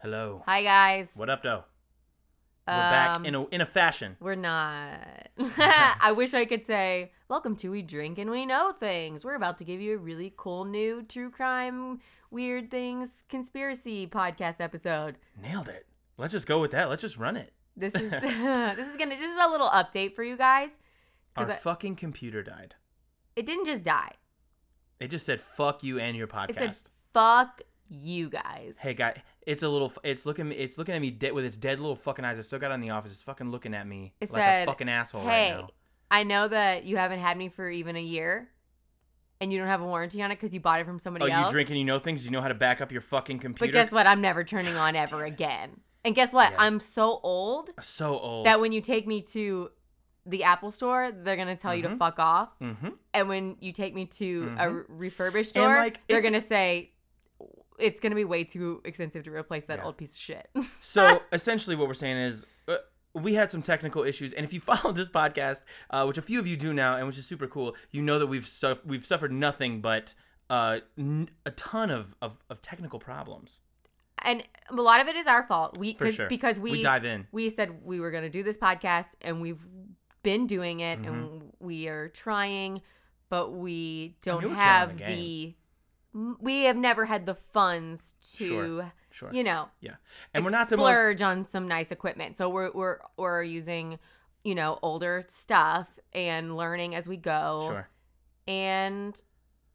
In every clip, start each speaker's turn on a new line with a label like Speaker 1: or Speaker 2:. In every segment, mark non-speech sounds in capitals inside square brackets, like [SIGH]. Speaker 1: Hello.
Speaker 2: Hi guys.
Speaker 1: What up, though? We're back
Speaker 2: Um,
Speaker 1: in a in a fashion. [LAUGHS]
Speaker 2: We're not. [LAUGHS] I wish I could say, Welcome to We Drink and We Know Things. We're about to give you a really cool new true crime, weird things, conspiracy podcast episode.
Speaker 1: Nailed it. Let's just go with that. Let's just run it. [LAUGHS]
Speaker 2: This is [LAUGHS] this is gonna this is a little update for you guys.
Speaker 1: Our
Speaker 2: 'Cause I-
Speaker 1: fucking computer died.
Speaker 2: It didn't just die.
Speaker 1: It just said "fuck you" and your
Speaker 2: It
Speaker 1: podcast.
Speaker 2: said fuck you guys.
Speaker 1: hey, guy, it's a little. It's looking. It's looking at me dead with its dead little fucking eyes. It still got on the office. It's fucking looking at me
Speaker 2: It
Speaker 1: like
Speaker 2: said,
Speaker 1: a fucking asshole
Speaker 2: Hey,
Speaker 1: right now.
Speaker 2: I know that you haven't had me for even a year and you don't have a warranty on it because you bought it from somebody
Speaker 1: Oh,
Speaker 2: else.
Speaker 1: you drink and you know things. You know how to back up your fucking computer.
Speaker 2: But guess what? I'm never turning on ever again. And guess what?
Speaker 1: Yeah.
Speaker 2: I'm so old
Speaker 1: So old.
Speaker 2: that when you take me to the Apple store, they're gonna tell you to
Speaker 1: Mhm.
Speaker 2: fuck off.
Speaker 1: mm-hmm.
Speaker 2: And when you take me to a
Speaker 1: Mhm.
Speaker 2: refurbished
Speaker 1: And,
Speaker 2: store,
Speaker 1: like,
Speaker 2: they're
Speaker 1: it's-
Speaker 2: gonna say it's gonna be way too expensive to replace that
Speaker 1: Yeah.
Speaker 2: old piece of shit. [LAUGHS]
Speaker 1: So [LAUGHS] essentially, what we're saying is uh, we had some technical issues, and if you [LAUGHS] followed this podcast, uh, which a few of you do now, and which is super cool, you know that we've su- we've suffered nothing but uh, n- a ton of, of, of technical problems.
Speaker 2: and a lot of it is our fault. We
Speaker 1: For
Speaker 2: cause,
Speaker 1: sure.
Speaker 2: because we
Speaker 1: We dive in.
Speaker 2: we said we were gonna do this podcast, and we've been doing it,
Speaker 1: Mm-hmm.
Speaker 2: and we are trying, but we don't
Speaker 1: you were kinda on
Speaker 2: have
Speaker 1: the
Speaker 2: the. We have never had the funds to,
Speaker 1: Sure. Sure.
Speaker 2: you know,
Speaker 1: yeah, and we're
Speaker 2: like,
Speaker 1: not the most.
Speaker 2: splurge on some nice equipment. So we're we're we're using, you know, older stuff and learning as we go.
Speaker 1: Sure.
Speaker 2: And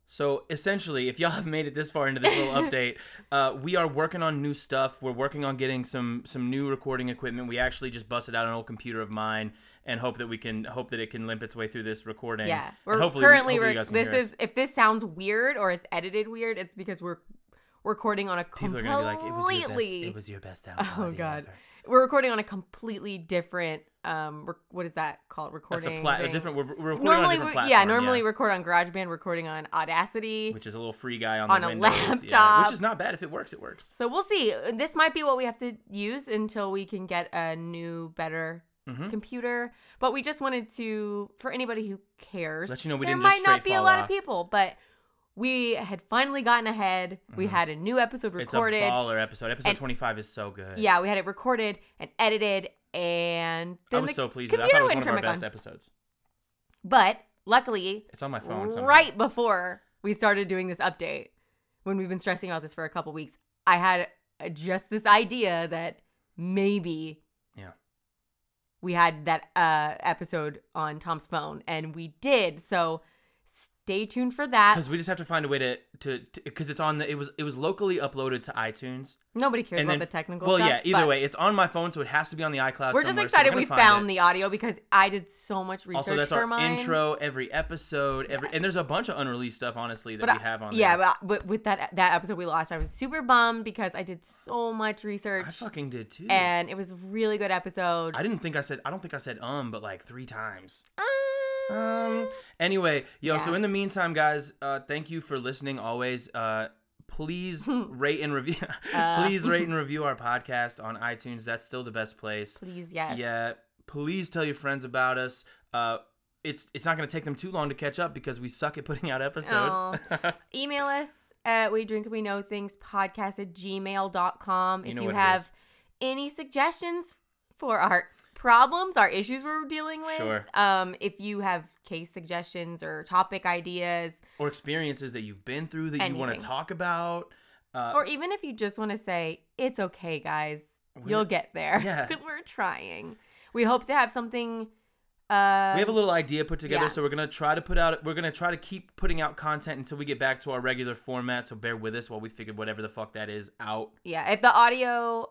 Speaker 1: So essentially, if y'all [LAUGHS] have made it this far into this
Speaker 2: [LAUGHS]
Speaker 1: little update, uh, we are working on new stuff. We're working on getting some some new recording equipment. We actually just busted out an old computer of mine and hope that we can hope that it can limp its way through this recording.
Speaker 2: yeah,
Speaker 1: And
Speaker 2: we're
Speaker 1: hopefully,
Speaker 2: currently
Speaker 1: hopefully
Speaker 2: re-
Speaker 1: you guys can
Speaker 2: this
Speaker 1: hear us.
Speaker 2: is if this sounds weird or it's edited weird, it's because we're recording on a
Speaker 1: People
Speaker 2: completely
Speaker 1: are gonna be like, it was your best. It was your best sound.
Speaker 2: [LAUGHS] Oh,
Speaker 1: quality
Speaker 2: God.
Speaker 1: ever."
Speaker 2: we're recording on a completely different um rec- what is that called
Speaker 1: That's
Speaker 2: recording
Speaker 1: a, pla- a
Speaker 2: thing.
Speaker 1: different. We're, we're recording on a
Speaker 2: normally
Speaker 1: different
Speaker 2: we-
Speaker 1: platform.
Speaker 2: yeah normally record on GarageBand recording on Audacity
Speaker 1: which is a little free guy on,
Speaker 2: on
Speaker 1: the
Speaker 2: a
Speaker 1: Windows, yeah,
Speaker 2: laptop.
Speaker 1: which is not bad. If it works, it works.
Speaker 2: So we'll see. This might be what we have to use until we can get a new, better
Speaker 1: Mhm.
Speaker 2: computer. But we just wanted to, for anybody who cares,
Speaker 1: Let you know we
Speaker 2: there
Speaker 1: didn't
Speaker 2: might
Speaker 1: just
Speaker 2: not
Speaker 1: straight
Speaker 2: be a
Speaker 1: fall
Speaker 2: lot
Speaker 1: off.
Speaker 2: of people, but we had finally gotten ahead. We
Speaker 1: Mhm.
Speaker 2: had a new episode recorded.
Speaker 1: It's a baller episode. Episode
Speaker 2: And-
Speaker 1: twenty five is so good.
Speaker 2: yeah, we had it recorded and edited, and
Speaker 1: I
Speaker 2: then
Speaker 1: was
Speaker 2: the
Speaker 1: so pleased. With it. I
Speaker 2: computer
Speaker 1: thought it was
Speaker 2: wouldn't
Speaker 1: one of
Speaker 2: turn
Speaker 1: our
Speaker 2: back
Speaker 1: best
Speaker 2: on.
Speaker 1: episodes.
Speaker 2: But luckily,
Speaker 1: It's on my phone. somehow.
Speaker 2: right before we started doing this update, when we've been stressing about this for a couple weeks, I had uh, just this idea that maybe
Speaker 1: Yeah.
Speaker 2: we had that uh, episode on Tom's phone, and we did. So stay tuned for that.
Speaker 1: Because we just have to find a way to to because it's on the it was it was locally uploaded to iTunes.
Speaker 2: Nobody cares
Speaker 1: and
Speaker 2: about
Speaker 1: then-
Speaker 2: the technical
Speaker 1: well,
Speaker 2: stuff.
Speaker 1: yeah. Either
Speaker 2: but
Speaker 1: way, it's on my phone, so it has to be on the iCloud.
Speaker 2: we're just
Speaker 1: somewhere, so
Speaker 2: excited
Speaker 1: we're
Speaker 2: we
Speaker 1: gonna find
Speaker 2: found
Speaker 1: it.
Speaker 2: the audio because I did so much research
Speaker 1: Also, that's
Speaker 2: for
Speaker 1: our
Speaker 2: mine.
Speaker 1: intro every episode. Every and there's a bunch of unreleased stuff, honestly, that
Speaker 2: But
Speaker 1: we
Speaker 2: I-
Speaker 1: have on.
Speaker 2: Yeah,
Speaker 1: there.
Speaker 2: but, but with that that episode we lost, I was super bummed because I did so much research.
Speaker 1: I fucking did too.
Speaker 2: and it was a really good episode.
Speaker 1: I didn't think I said I don't think I said um, but like three times.
Speaker 2: Uh,
Speaker 1: Um. Anyway, yo. So
Speaker 2: Yeah.
Speaker 1: in the meantime, guys, uh, thank you for listening. Always. Uh,
Speaker 2: [LAUGHS]
Speaker 1: please rate and review. [LAUGHS]
Speaker 2: Uh.
Speaker 1: please rate
Speaker 2: [LAUGHS]
Speaker 1: and review our podcast on iTunes. That's still the best place.
Speaker 2: please, yes.
Speaker 1: Yeah. Please tell your friends about us. Uh, it's it's not gonna take them too long to catch up because we suck at putting out episodes. [LAUGHS]
Speaker 2: Email us at we drink and we know things podcast at gmail.com if
Speaker 1: You
Speaker 2: you,
Speaker 1: know what it
Speaker 2: have
Speaker 1: is.
Speaker 2: any suggestions for our problems, our issues we're dealing with.
Speaker 1: Sure.
Speaker 2: Um, if you have case suggestions or topic ideas,
Speaker 1: or experiences that you've been through that you want to
Speaker 2: Anything.
Speaker 1: talk about. Uh,
Speaker 2: or even if you just want to say, it's okay, guys,
Speaker 1: We're-
Speaker 2: you'll get there [LAUGHS]
Speaker 1: Yeah.
Speaker 2: because we're trying. We hope to have something. Uh,
Speaker 1: we have a little idea put together
Speaker 2: yeah.
Speaker 1: so we're gonna try to put out we're gonna try to keep putting out content until we get back to our regular format so bear with us while we figure whatever the fuck that is out
Speaker 2: yeah, if the audio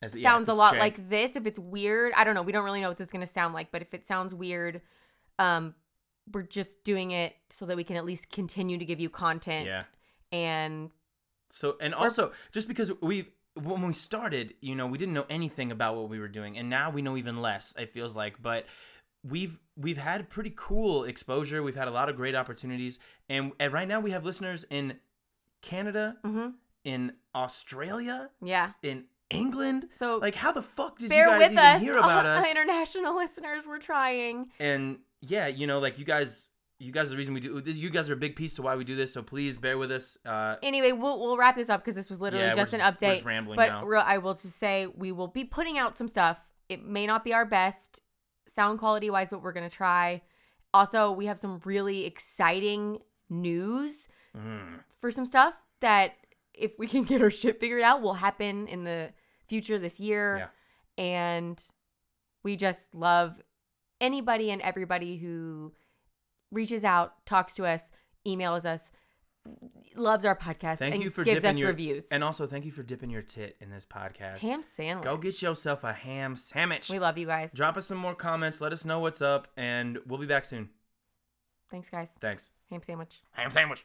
Speaker 1: as yeah, if
Speaker 2: sounds a
Speaker 1: it's
Speaker 2: lot
Speaker 1: jank.
Speaker 2: like this. If it's weird, I don't know. We don't really know what this is going to sound like, but if it sounds weird, um, we're just doing it so that we can at least continue to give you content.
Speaker 1: yeah
Speaker 2: And
Speaker 1: so and also just because we when we started you know we didn't know anything about what we were doing and now we know even less it feels like but we've we've had pretty cool exposure we've had a lot of great opportunities and, and right now we have listeners in canada
Speaker 2: hmm
Speaker 1: in australia
Speaker 2: yeah,
Speaker 1: in england
Speaker 2: so
Speaker 1: like how the fuck did
Speaker 2: bear
Speaker 1: you guys
Speaker 2: with
Speaker 1: even
Speaker 2: us, [LAUGHS]
Speaker 1: hear about
Speaker 2: all
Speaker 1: us
Speaker 2: [LAUGHS] international listeners. We're trying.
Speaker 1: and yeah you know like you guys you guys are the reason we do this. You guys are a big piece to why we do this. So please bear with us. Uh,
Speaker 2: Anyway, we'll we'll wrap this up because this was literally
Speaker 1: Yeah, we're
Speaker 2: just an
Speaker 1: just- we're
Speaker 2: update.
Speaker 1: just rambling
Speaker 2: but
Speaker 1: now.
Speaker 2: real- I will just say we will be putting out some stuff. It may not be our best sound quality wise, but we're gonna try. Also, we have some really exciting news
Speaker 1: mm,
Speaker 2: for some stuff that if we can [LAUGHS] get our shit figured out will happen in the future this year. And we just love anybody and everybody who reaches out, talks to us, emails us, loves our podcast,
Speaker 1: Thank
Speaker 2: and
Speaker 1: you for
Speaker 2: gives
Speaker 1: dipping
Speaker 2: us
Speaker 1: your-
Speaker 2: reviews.
Speaker 1: and also, thank you for dipping your tit in this podcast.
Speaker 2: Ham sandwich.
Speaker 1: Go get yourself a ham sandwich.
Speaker 2: We love you guys.
Speaker 1: Drop us some more comments. Let us know what's up, and we'll be back soon.
Speaker 2: Thanks, guys.
Speaker 1: Thanks.
Speaker 2: Ham sandwich.
Speaker 1: Ham sandwich.